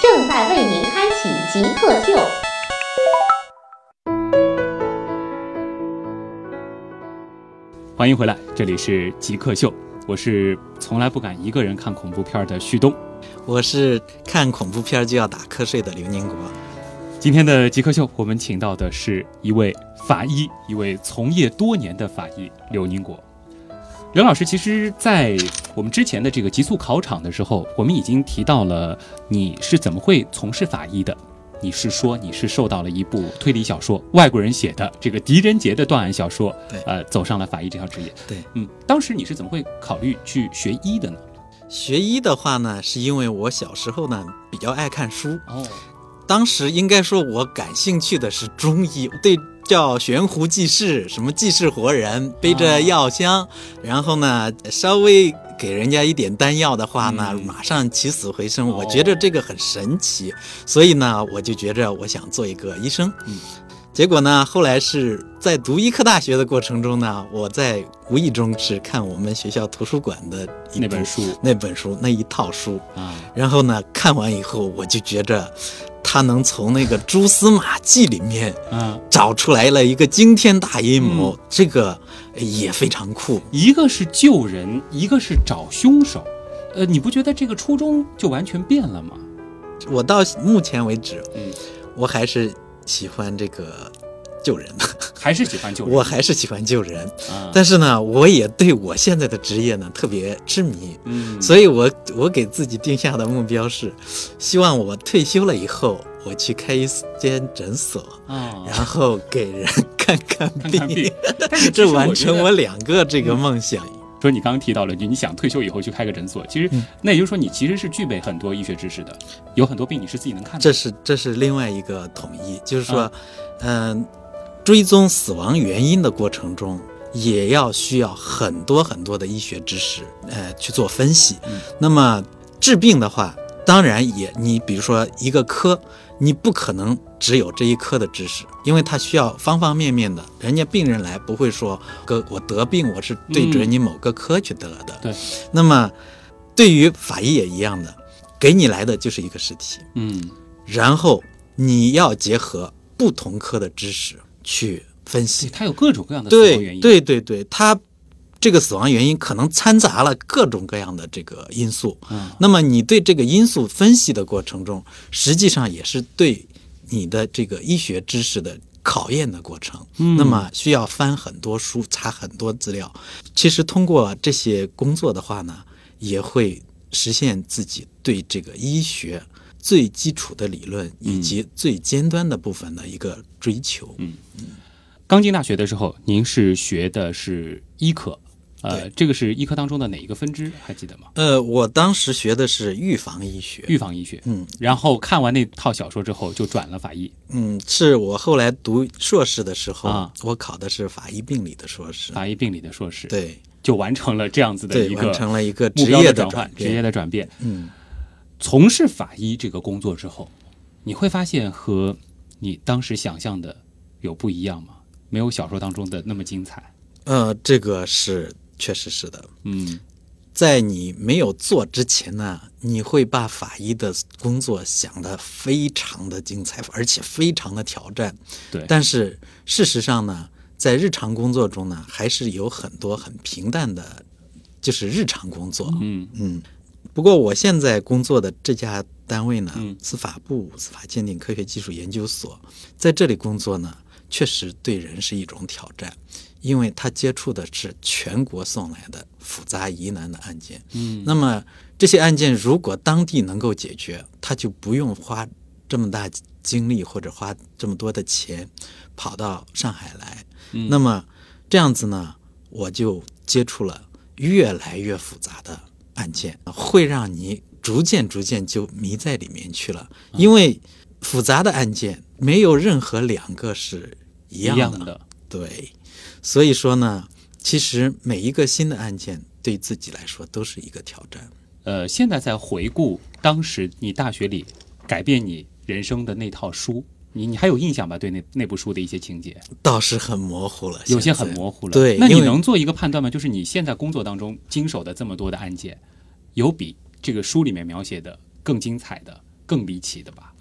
正在为您开启极客秀。欢迎回来，这里是极客秀，我是从来不敢一个人看恐怖片儿的旭东。我是看恐怖片就要打瞌睡的刘年国。今天的极客秀，我们请到的是一位法医，一位从业多年的法医刘宁国。刘老师，其实，在我们之前的这个极速考场的时候，我们已经提到了你是怎么会从事法医的。你是说你是受到了一部推理小说，外国人写的这个狄仁杰的断案小说，对呃，走上了法医这条职业。对，嗯，当时你是怎么会考虑去学医的呢？学医的话呢，是因为我小时候呢比较爱看书，哦，当时应该说我感兴趣的是中医，对，叫悬壶济世，什么济世活人，背着药啊箱，然后呢稍微给人家一点丹药的话呢，嗯马上起死回生。哦我觉得这个很神奇，所以呢我就觉着我想做一个医生。嗯结果呢，后来是在读医科大学的过程中呢，我在无意中是看我们学校图书馆的一那部本书那本书那一套书，啊，然后呢，看完以后我就觉着，他能从那个蛛丝马迹里面嗯，找出来了一个惊天大阴谋，这个也非常酷。一个是救人，一个是找凶手。呃，你不觉得这个初衷就完全变了吗？我到目前为止，嗯，我还是喜欢这个救人，还是喜欢救人？我还是喜欢救人。啊，但是呢，我也对我现在的职业呢特别痴迷，嗯，所以我我给自己定下的目标是，希望我退休了以后，我去开一间诊所，啊，然后给人看看看病，看病。 但是其实 这我完觉成得我两个这个梦想。说你刚刚提到了，你你想退休以后去开个诊所，其实、嗯那也就是说你其实是具备很多医学知识的，有很多病你是自己能看的。这是这是另外一个统一，就是说，嗯、追踪死亡原因的过程中，也要需要很多很多的医学知识，呃，去做分析。嗯那么治病的话，当然也，你比如说一个科，你不可能只有这一科的知识，因为它需要方方面面的。人家病人来不会说，哥，我得病我是对准你某个科去得的。嗯对，那么对于法医也一样的，给你来的就是一个尸体。嗯然后你要结合不同科的知识去分对，析。它有各种各样的死亡原对因。，对对对，它这个死亡原因可能掺杂了各种各样的这个因素。嗯那么你对这个因素分析的过程中，实际上也是对你的这个医学知识的考验的过程。嗯那么需要翻很多书，查很多资料。其实通过这些工作的话呢，也会实现自己对这个医学最基础的理论以嗯及最尖端的部分的一个追求。刚进大学的时候，您是学的是医科，呃，对这个是医科当中的哪一个分支？还记得吗？呃，我当时学的是预防医学，预防医学。嗯然后看完那套小说之后，就转了法医。嗯，是我后来读硕士的时候，啊我考的是法医病理的硕士，法医病理的硕士，，对就完成了这样子的对，一完个成了一个目职标业转转换，职变，业的转变。嗯，从事法医这个工作之后，你会发现和你当时想象的有不一样吗？没有小说当中的那么精彩。呃，这个是确实是的，嗯在你没有做之前呢，你会把法医的工作想得非常的精彩，而且非常的挑战。对但是事实上呢，在日常工作中呢，还是有很多很平淡的，就是日常工作。嗯嗯，不过我现在工作的这家单位呢，嗯司法部司法鉴定科学技术研究所，在这里工作呢，确实对人是一种挑战，因为他接触的是全国送来的复杂疑难的案件。嗯，那么这些案件如果当地能够解决，他就不用花这么大精力或者花这么多的钱跑到上海来。嗯那么这样子呢，我就接触了越来越复杂的案件，会让你逐渐逐渐就迷在里面去了，因为复杂的案件没有任何两个是一一样样的，的，对，所以说呢，其实每一个新的案件对自己来说都是一个挑战。呃，现在在回顾当时你大学里改变你人生的那套书，你你还有印象吧？对那那部书的一些情节，倒是很模糊了，有些现在很模糊了。对那你因为能做一个判断吗？就是你现在工作当中经手的这么多的案件，有比这个书里面描写的更精彩的、更离奇的吧？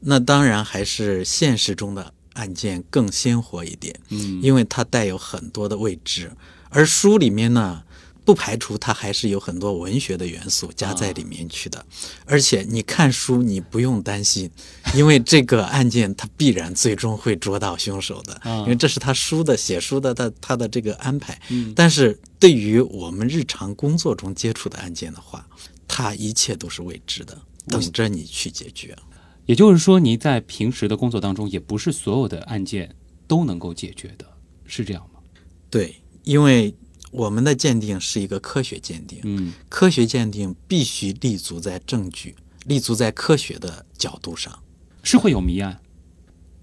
那当然还是现实中的案件更鲜活一点，嗯，因为它带有很多的未知。而书里面呢，不排除它还是有很多文学的元素加在里面去的。啊而且你看书，你不用担心，因为这个案件它必然最终会捉到凶手的，啊因为这是他书的写书的他他的这个安排。嗯但是对于我们日常工作中接触的案件的话，它一切都是未知的，等着你去解决。也就是说，你在平时的工作当中，也不是所有的案件都能够解决的，是这样吗？对，因为我们的鉴定是一个科学鉴定，嗯科学鉴定必须立足在证据、立足在科学的角度上。是会有谜案，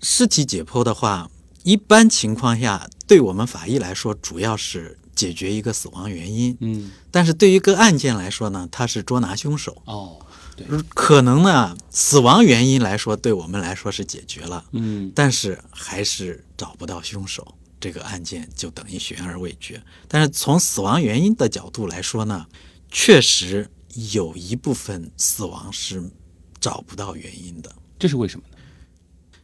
尸体解剖的话，一般情况下，对我们法医来说，主要是解决一个死亡原因；嗯，但是对于个案件来说呢，它是捉拿凶手。哦，对，可能呢，死亡原因来说，对我们来说是解决了，嗯但是还是找不到凶手，这个案件就等于悬而未决。但是从死亡原因的角度来说呢，确实有一部分死亡是找不到原因的。这是为什么呢？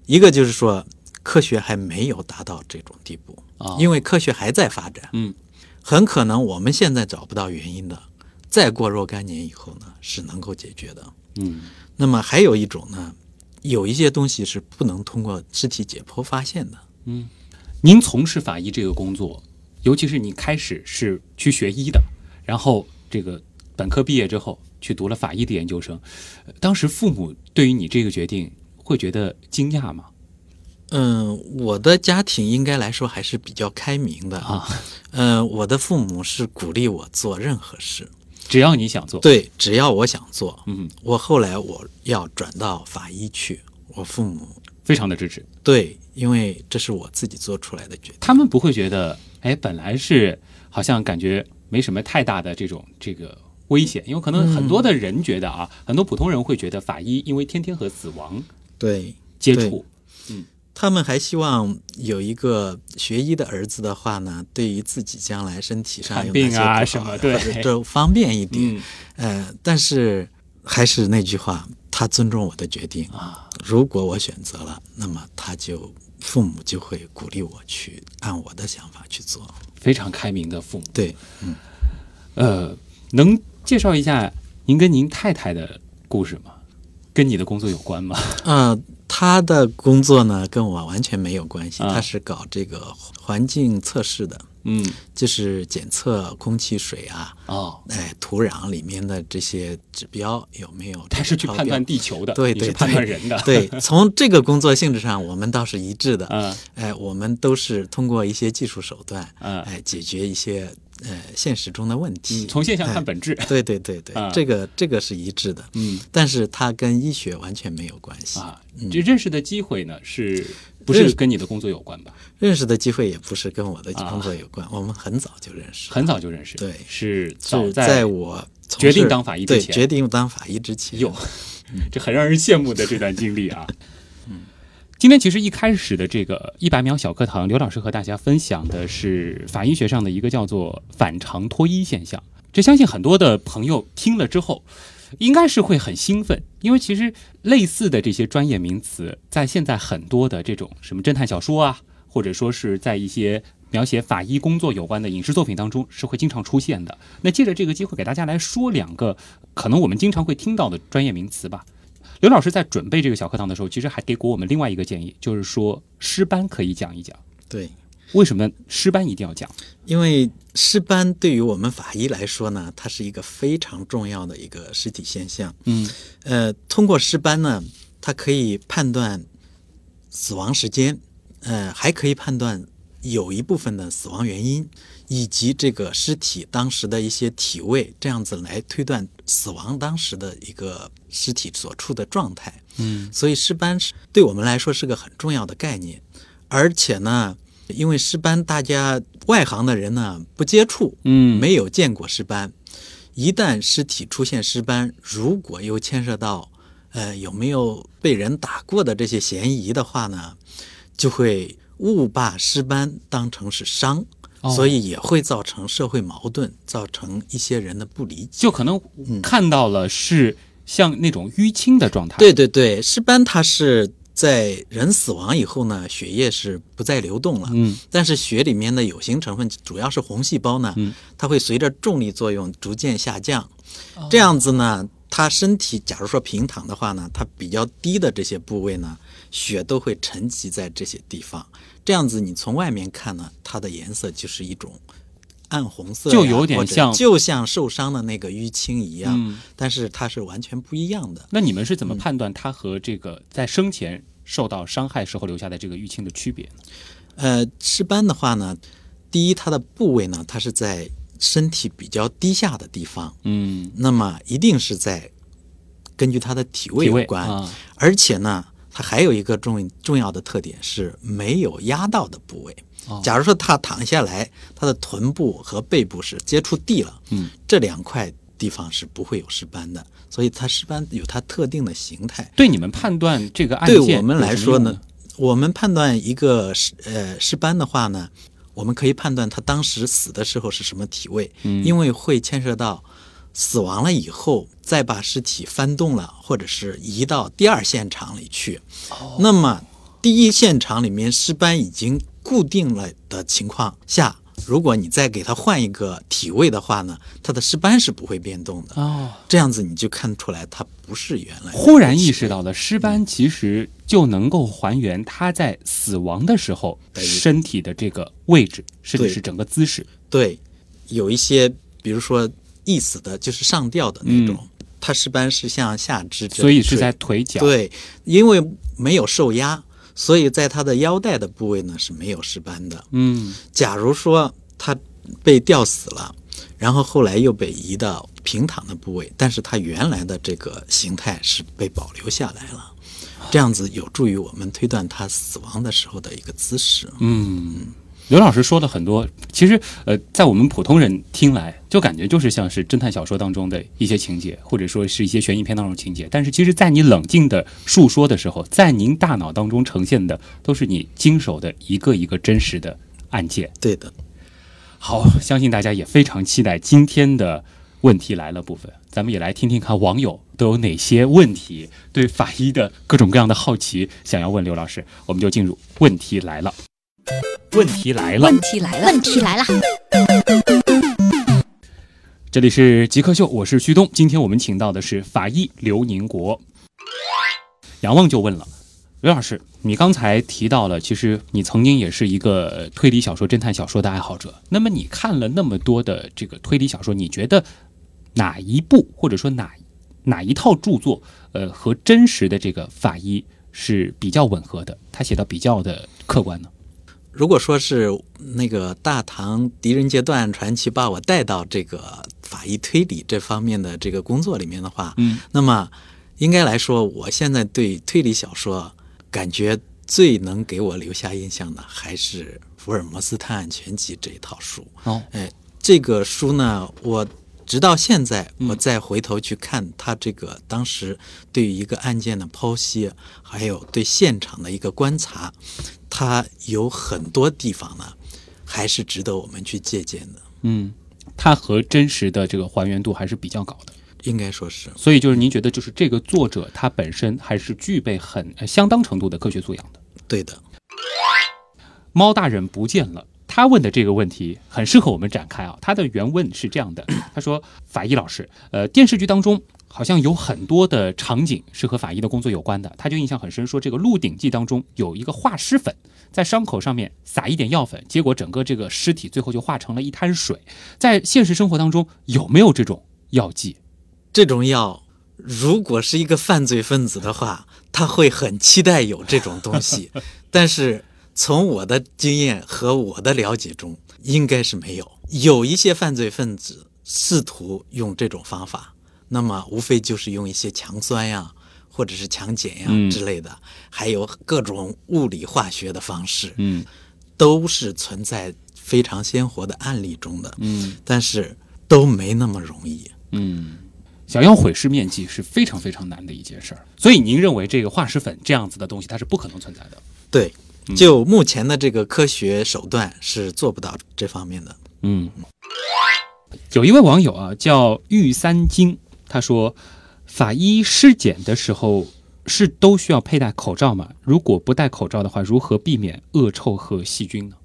一个就是说，科学还没有达到这种地步，啊、因为为科学还在发展，嗯，很可能我们现在找不到原因的，再过若干年以后呢，是能够解决的。嗯那么还有一种呢，有一些东西是不能通过尸体解剖发现的。您从事法医这个工作，尤其是你开始是去学医的，然后这个本科毕业之后去读了法医的研究生，呃当时父母对于你这个决定会觉得惊讶吗？嗯，我的家庭应该来说还是比较开明的啊。嗯、我的父母是鼓励我做任何事，只要你想做，对，只要我想做。嗯，我后来我要转到法医去，我父母非常的支持。对，因为这是我自己做出来的决定。他们不会觉得，哎，本来是好像感觉没什么太大的这种这个危险，因为可能很多的人觉得啊，很多普通人会觉得法医因为天天和死亡对，接触，他们还希望有一个学医的儿子的话呢，对于自己将来身体上看有病啊哪些什不好么或对者这方便一点嗯。呃，但是还是那句话，他尊重我的决定啊。如果我选择了，那么他就父母就会鼓励我去按我的想法去做。非常开明的父母。对，呃，能介绍一下您跟您太太的故事吗？跟你的工作有关吗？呃，他的工作呢跟我完全没有关系，啊他是搞这个环境测试的，嗯，就是检测空气、水啊，哦，哎，土壤里面的这些指标有没有？他是去判 断。地球的，对你对是判对断人的，， 对，从这个工作性质上，我们倒是一致的。嗯哎，我们都是通过一些技术手段，嗯哎，解决一些呃现实中的问题。哎从现象看本质，对对对对，嗯这个这个是一致的。嗯但是它跟医学完全没有关系， 啊，这认识的机会呢是不是认识跟你的工作有关吧？认识的机会也不是跟我的啊工作有关。我们很早就认识了，很早就认识，对是早是在我从决定事当法医之对前决定当法医之前哟，这很让人羡慕的这段经历啊。今天其实一开始的这个一百秒小课堂，刘老师和大家分享的是法医学上的一个叫做反常脱衣现象。这相信很多的朋友听了之后，应该是会很兴奋，因为其实类似的这些专业名词，在现在很多的这种什么侦探小说啊，或者说是在一些描写法医工作有关的影视作品当中是会经常出现的。那借着这个机会给大家来说两个可能我们经常会听到的专业名词吧。刘老师在准备这个小课堂的时候，其实还给过我们另外一个建议，就是说尸斑可以讲一讲，对。为什么尸斑一定要讲？因为尸斑对于我们法医来说呢，它是一个非常重要的一个尸体现象。嗯呃，通过尸斑呢，它可以判断死亡时间，呃，还可以判断有一部分的死亡原因，以及这个尸体当时的一些体位，这样子来推断死亡当时的一个尸体所处的状态。嗯，所以尸斑是对我们来说是个很重要的概念，而且呢，因为尸斑大家外行的人呢不接触，嗯没有见过尸斑。一旦尸体出现尸斑，如果又牵涉到呃有没有被人打过的这些嫌疑的话呢，就会误把尸斑当成是伤，哦所以也会造成社会矛盾，造成一些人的不理解。就可能嗯看到了是像那种淤青的状态。对，对对，尸斑它是在人死亡以后呢，血液是不再流动了。嗯，但是血里面的有形成分，主要是红细胞呢，嗯它会随着重力作用逐渐下降。这样子呢，它身体假如说平躺的话呢，它比较低的这些部位呢，血都会沉积在这些地方。这样子你从外面看呢，它的颜色就是一种暗红色呀，就有点或者像就像受伤的那个淤青一样，嗯但是它是完全不一样的。那你们是怎么嗯判断它和这个在生前受到伤害时候留下的这个淤青的区别呢？呃，尸斑的话呢，第一，它的部位呢，它是在身体比较低下的地方，嗯，那么一定是在根据它的体位体位有关，啊，而且呢，它还有一个重重要的特点是没有压到的部位。哦假如说它躺下来，它的臀部和背部是接触地了，嗯，这两块地方是不会有尸斑的，所以它尸斑有它特定的形态。对你们判断这个案件对我们来说有什呢么用，我们判断一个尸呃尸斑的话呢，我们可以判断他当时死的时候是什么体位，嗯因为会牵涉到死亡了以后再把尸体翻动了，或者是移到第二现场里去。哦那么第一现场里面尸斑已经固定了的情况下。如果你再给它换一个体位的话呢，它的尸斑是不会变动的。哦，这样子你就看出来它不是原来的忽然体意位识到了尸斑其实就能够还原他在死亡的时候对身体的这个位置，甚至对是整个姿势。对，有一些，比如说缢死的，就是上吊的那种，它尸斑是向下肢这里坠，嗯所以是在腿脚。对，因为没有受压，所以在它的腰带的部位呢是没有尸斑的。嗯，假如说它被吊死了，然后后来又被移到平躺的部位，但是它原来的这个形态是被保留下来了。这样子有助于我们推断他死亡的时候的一个姿势。刘老师说了很多，其实呃，在我们普通人听来，就感觉就是像是侦探小说当中的一些情节，或者说是一些悬疑片当中的情节。但是其实，在你冷静的述说的时候，在您大脑当中呈现的都是你经手的一个一个真实的案件。对的，好，相信大家也非常期待今天的问题来了部分，咱们也来听听看网友都有哪些问题，对法医的各种各样的好奇想要问刘老师，我们就进入问题来了。问题来了，问题来了，问题来了，这里是极客秀，我是旭东。今天我们请到的是法医刘宁国。杨望就问了，刘老师，你刚才提到了，其实你曾经也是一个呃推理小说、侦探小说的爱好者。那么你看了那么多的这个推理小说，你觉得哪一部或者说哪哪一套著作，呃，和真实的这个法医是比较吻合的？他写的比较的客观呢？如果说是那个大唐狄仁杰断案传奇把我带到这个法医推理这方面的这个工作里面的话，嗯，那么应该来说，我现在对推理小说感觉最能给我留下印象的还是《福尔摩斯探案全集》这一套书。哦，哎，这个书呢，我直到现在，我再回头去看他这个当时对于一个案件的剖析，还有对现场的一个观察，它有很多地方呢，还是值得我们去借鉴的，嗯，它和真实的这个还原度还是比较高的。应该说是。所以就是您觉得，就是这个作者他本身还是具备很、呃相当程度的科学素养的。对的，猫大人不见了，他问的这个问题很适合我们展开啊。他的原问是这样的， 他说：“法医老师，呃，电视剧当中好像有很多的场景是和法医的工作有关的，他就印象很深，说这个《鹿鼎记》当中有一个化尸粉，在伤口上面撒一点药粉，结果整个这个尸体最后就化成了一滩水。在现实生活当中有没有这种药剂？这种药。如果是 一个犯罪分子的话，他会很期待有这种东西，但是从我的经验和我的了解中，应该是没有。有一些犯罪分子试图用这种方法，那么无非就是用一些强酸呀，或者是强碱呀嗯之类的，还有各种物理化学的方式，嗯都是存在非常鲜活的案例中的。嗯但是都没那么容易。嗯，想要毁尸灭迹是非常非常难的一件事儿。所以您认为这个化石粉这样子的东西，它是不可能存在的。对，就目前的这个科学手段是做不到这方面的。嗯，有一位网友啊叫玉三金，他说，法医尸检的时候是都需要佩戴口罩吗？如果不戴口罩的话，如何避免恶臭和细菌呢？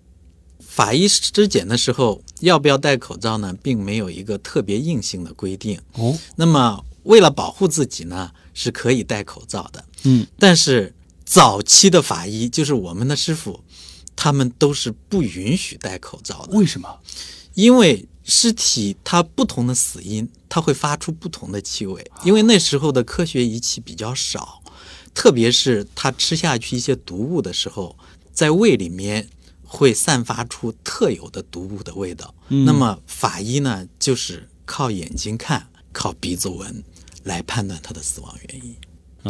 法医尸检的时候要不要戴口罩呢，并没有一个特别硬性的规定。哦，那么为了保护自己呢，是可以戴口罩的。嗯，但是早期的法医，就是我们的师傅，他们都是不允许戴口罩的，为什么？因为尸体它不同的死因，它会发出不同的气味。因为那时候的科学仪器比较少，特别是它吃下去一些毒物的时候，在胃里面会散发出特有的毒物的味道。那么法医呢，就是靠眼睛看，靠鼻子闻来判断它的死亡原因。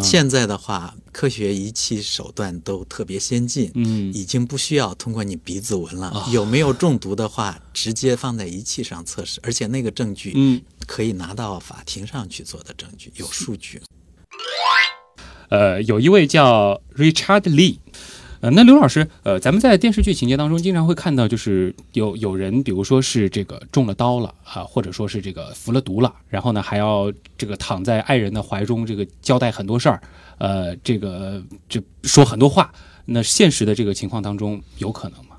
现在的话，科学仪器手段都特别先进，嗯已经不需要通过你鼻子闻了。啊有没有中毒的话，直接放在仪器上测试，而且那个证据，嗯，可以拿到法庭上去做的证据，有数据。呃，有一位叫 Richard Lee。呃，那刘老师，呃，咱们在电视剧情节当中经常会看到，就是有有人，比如说是这个中了刀了啊、或者说是这个服了毒了，然后呢还要这个躺在爱人的怀中，这个交代很多事儿，呃，这个这说很多话。那现实的这个情况当中，有可能吗？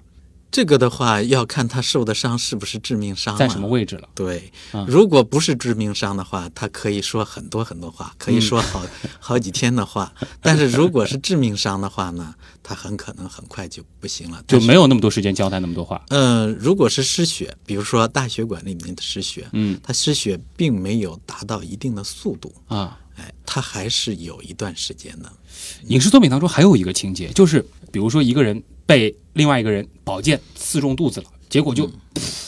这个的话，要看他受的伤是不是致命伤、啊，在什么位置了？对嗯，如果不是致命伤的话，他可以说很多很多话，可以说好嗯 好几天的话。但是如果是致命伤的话呢，他很可能很快就不行了，就没有。有那么多时间交代那么多话。呃，如果是失血，比如说大血管里面的失血，嗯它失血并没有达到一定的速度，啊，哎，它还是有一段时间的。影视作品当中还有一个情节，就是比如说一个人被另外一个人宝剑刺中肚子了，结果就、噗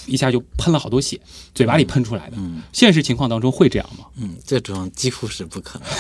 一下就喷了好多血，嘴巴里喷出来的。现实情况当中会这样吗？嗯，这种几乎是不 可能的。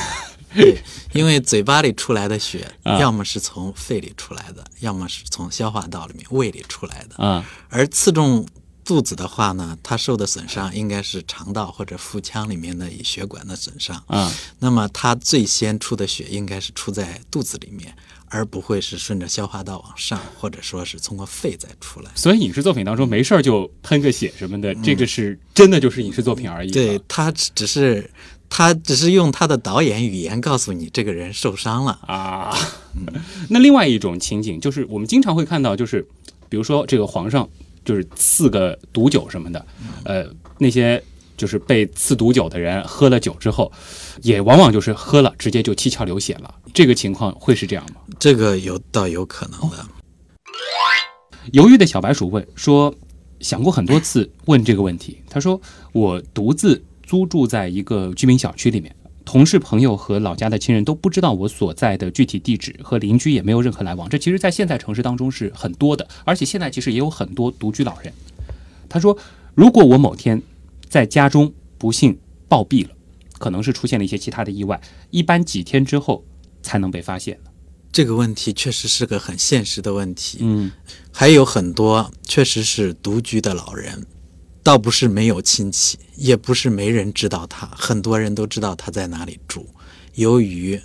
对，因为嘴巴里出来的血，啊要么是从肺里出来的，要么是从消化道里面、胃里出来的。啊，而刺中肚子的话呢，它受的损伤应该是肠道或者腹腔里面的血管的损伤啊。那么它最先出的血应该是出在肚子里面，而不会是顺着消化道往上，或者说是通过肺再出来。所以影视作品当中没事儿就喷个血什么的，这个是真的就是影视作品而已。对，，啊他只是他只是用他的导演语言告诉你这个人受伤了。啊。那另外一种情景就是我们经常会看到，就是比如说这个皇上就是赐个毒酒什么的，呃，那些就是被赐毒酒的人喝了酒之后，也往往就是喝了直接就七窍流血了。这个情况会是这样吗？这个有倒有可能的。犹豫的小白鼠问说：“想过很多次问这个问题。”他说：“我独自租住在一个居民小区里面，同事、朋友和老家的亲人都不知道我所在的具体地址，和邻居也没有任何来往。这其实，在现在城市当中是很多的，而且现在其实也有很多独居老人。”他说：“如果我某天在家中不幸暴毙了，可能是出现了一些其他的意外，一般几天之后才能被发现的。这个问题确实是个很现实的问题。嗯还有很多确实是独居的老人，倒不是没有亲戚，也不是没人知道他，很多人都知道他在哪里住。由于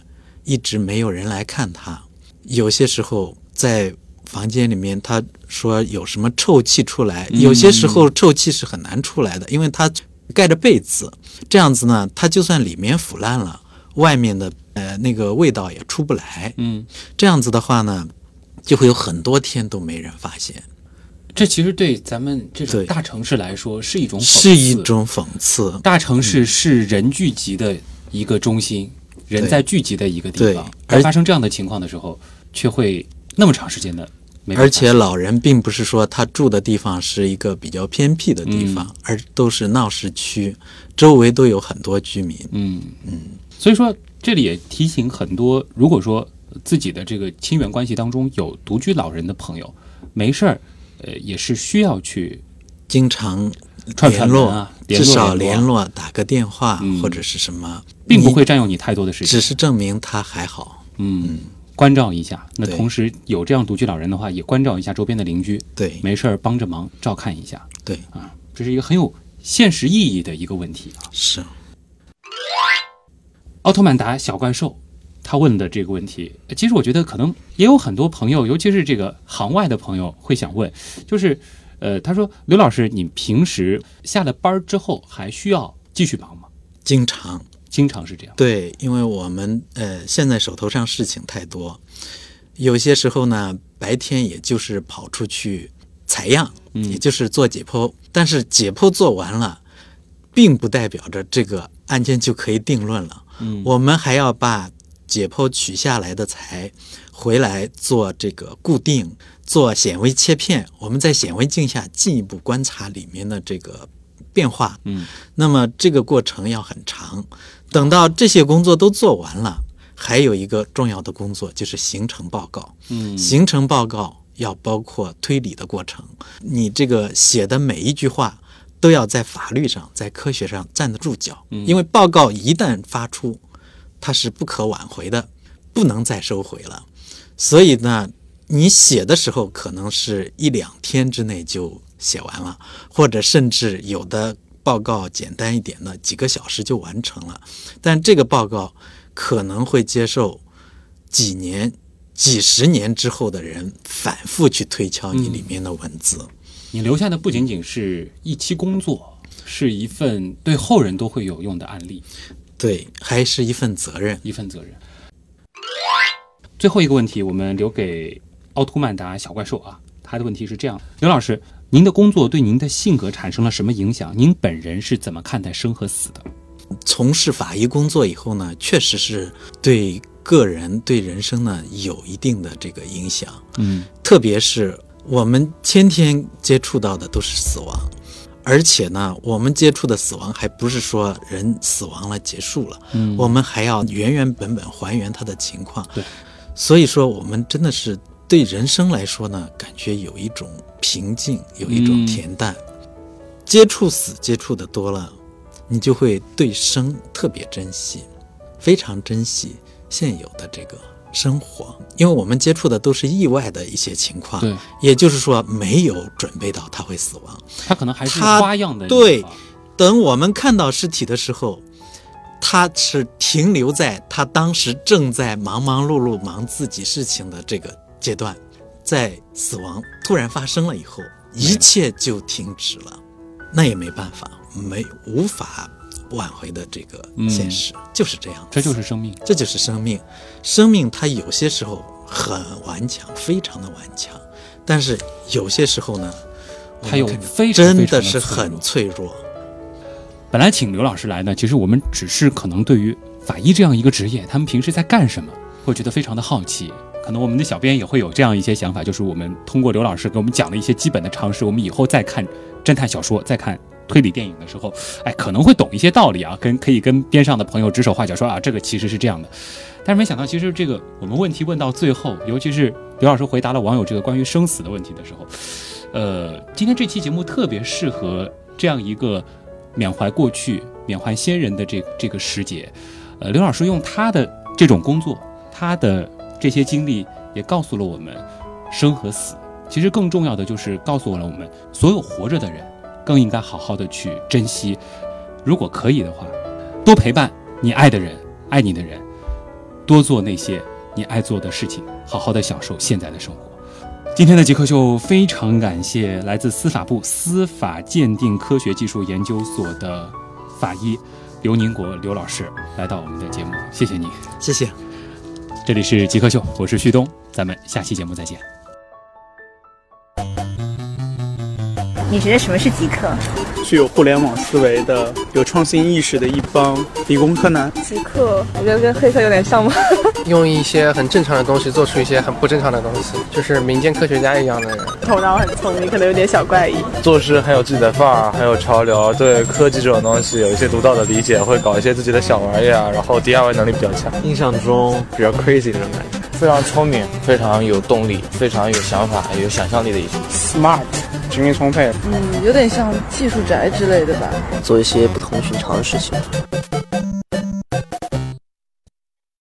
一直没有人来看他，有些时候在房间里面，他说有什么臭气出来，有些时候臭气是很难出来的，因为他盖着被子，这样子呢，他就算里面腐烂了，外面的呃那个味道也出不来。嗯，这样子的话呢，就会有很多天都没人发现，这其实对咱们这种对大城市来说是一种讽刺是一种讽刺。大城嗯市是人聚集的一个中心，人在聚集的一个地方对，而而发生这样的情况的时候，却会那么长时间的没办法而且老人并不是说他住的地方是一个比较偏僻的地嗯方，而都是闹市区，周围都有很多居民。嗯，所以说这里也提醒很多，如果说自己的这个亲缘关系当中有独居老人的朋友，没事儿，呃，也是需要去经常串联串络，门啊联至络少联联络络，打个电话、嗯或者是什么，并不你会占用你太多的时间只。是证明他还好。嗯，关照一下。那对同时有这样独居老人的话，也关照一下周边的邻居，对没事儿帮着忙照看一下对，啊。这是一个很有现实意义的一个问题啊。是奥特曼达小怪兽，他问的这个问题，呃其实我觉得可能也有很多朋友，尤其是这个行外的朋友会想问，就是，呃，他说刘老师，你平时下了班儿之后还需要继续忙吗？经常经常是这样。对，因为我们呃现在手头上事情太多，有些时候呢白天也就是跑出去采样，也就是做解剖，但是解剖做完了，并不代表着这个案件就可以定论了。嗯我们还要把解剖取下来的材回来做这个固定，做显微切片。我们在显微镜下进一步观察里面的这个变化。嗯，那么这个过程要很长。等到这些工作都做完了，还有一个重要的工作就是形成报告。嗯形成报告要包括推理的过程，你这个写的每一句话都要在法律上、在科学上站得住脚，因为报告一旦发出，它是不可挽回的，不能再收回了。所以呢，你写的时候可能是一两天之内就写完了，或者甚至有的报告简单一点的，几个小时就完成了。但这个报告可能会接受几年、几十年之后的人反复去推敲你里面的文字。你留下的不仅仅是一期工作，是一份对后人都会有用的案例，对，还是一份责任。一份责任。最后一个问题，我们留给奥特曼达小怪兽啊，他的问题是这样：刘老师，您的工作对您的性格产生了什么影响？您本人是怎么看待生和死的？从事法医工作以后呢，确实是对个人、对人生呢有一定的这个影响。嗯特别是我们天天接触到的都是死亡，而且呢，我们接触的死亡还不是说人死亡了结束了，嗯我们还要原原本本还原他的情况。对，所以说我们真的是对人生来说呢，感觉有一种平静，有一种嗯恬淡。接触死接触的多了，你就会对生特别珍惜，非常珍惜现有的这个生活，因为我们接触的都是意外的一些情况，对，也就是说没有准备到他会死亡。他可能还是他花样的对一个啊等我们看到尸体的时候，他是停留在他当时正在忙忙碌碌忙自己事情的这个阶段，在死亡突然发生了以后，一切就停止了，那也没办法，没无法挽回的这个现实、就是这样子，嗯这就是生命。这就是生命，生命它有些时候很顽强，非常的顽强，但是有些时候呢，我们它有看着非常真非常的地是脆弱很脆弱。本来请刘老师来呢，其实我们只是可能对于法医这样一个职业，他们平时在干什么，会觉得非常的好奇。可能我们的小编也会有这样一些想法，就是我们通过刘老师给我们讲的一些基本的常识，我们以后再看侦探小说、再看推理电影的时候，哎，可能会懂一些道理啊，跟可以跟边上的朋友指手画脚说啊，这个其实是这样的。但是没想到，其实这个我们问题问到最后，尤其是刘老师回答了网友这个关于生死的问题的时候，呃，今天这期节目特别适合这样一个缅怀过去、缅怀先人的这这个时节。呃，刘老师用他的这种工作，他的这些经历，也告诉了我们生和死。其实更重要的就是告诉了我们，所有活着的人，更应该好好的去珍惜。如果可以的话，多陪伴你爱的人、爱你的人，多做那些你爱做的事情，好好的享受现在的生活。今天的极客秀非常感谢来自司法部司法鉴定科学技术研究所的法医刘宁国刘老师来到我们的节目，谢谢你。谢谢。这里是极客秀，我是旭东，咱们下期节目再见。你觉得什么是极客？具有互联网思维的、有创新意识的一帮理工科男。极客，我觉得跟黑客有点像吗？用一些很正常的东西做出一些很不正常的东西，就是民间科学家一样的人。头脑很聪明，可能有点小怪异。做事很有自己的范儿，很有潮流，对科技这种东西有一些独到的理啊解，会搞一些自己的小玩意儿，然后 DIY 能力比较强。印象中比较 crazy 那种感觉。非常聪明，非常有动力，非常有想法、有想象力的一群。 smart，精力充沛，嗯，有点像技术宅之类的吧。做一些不同寻常的事情。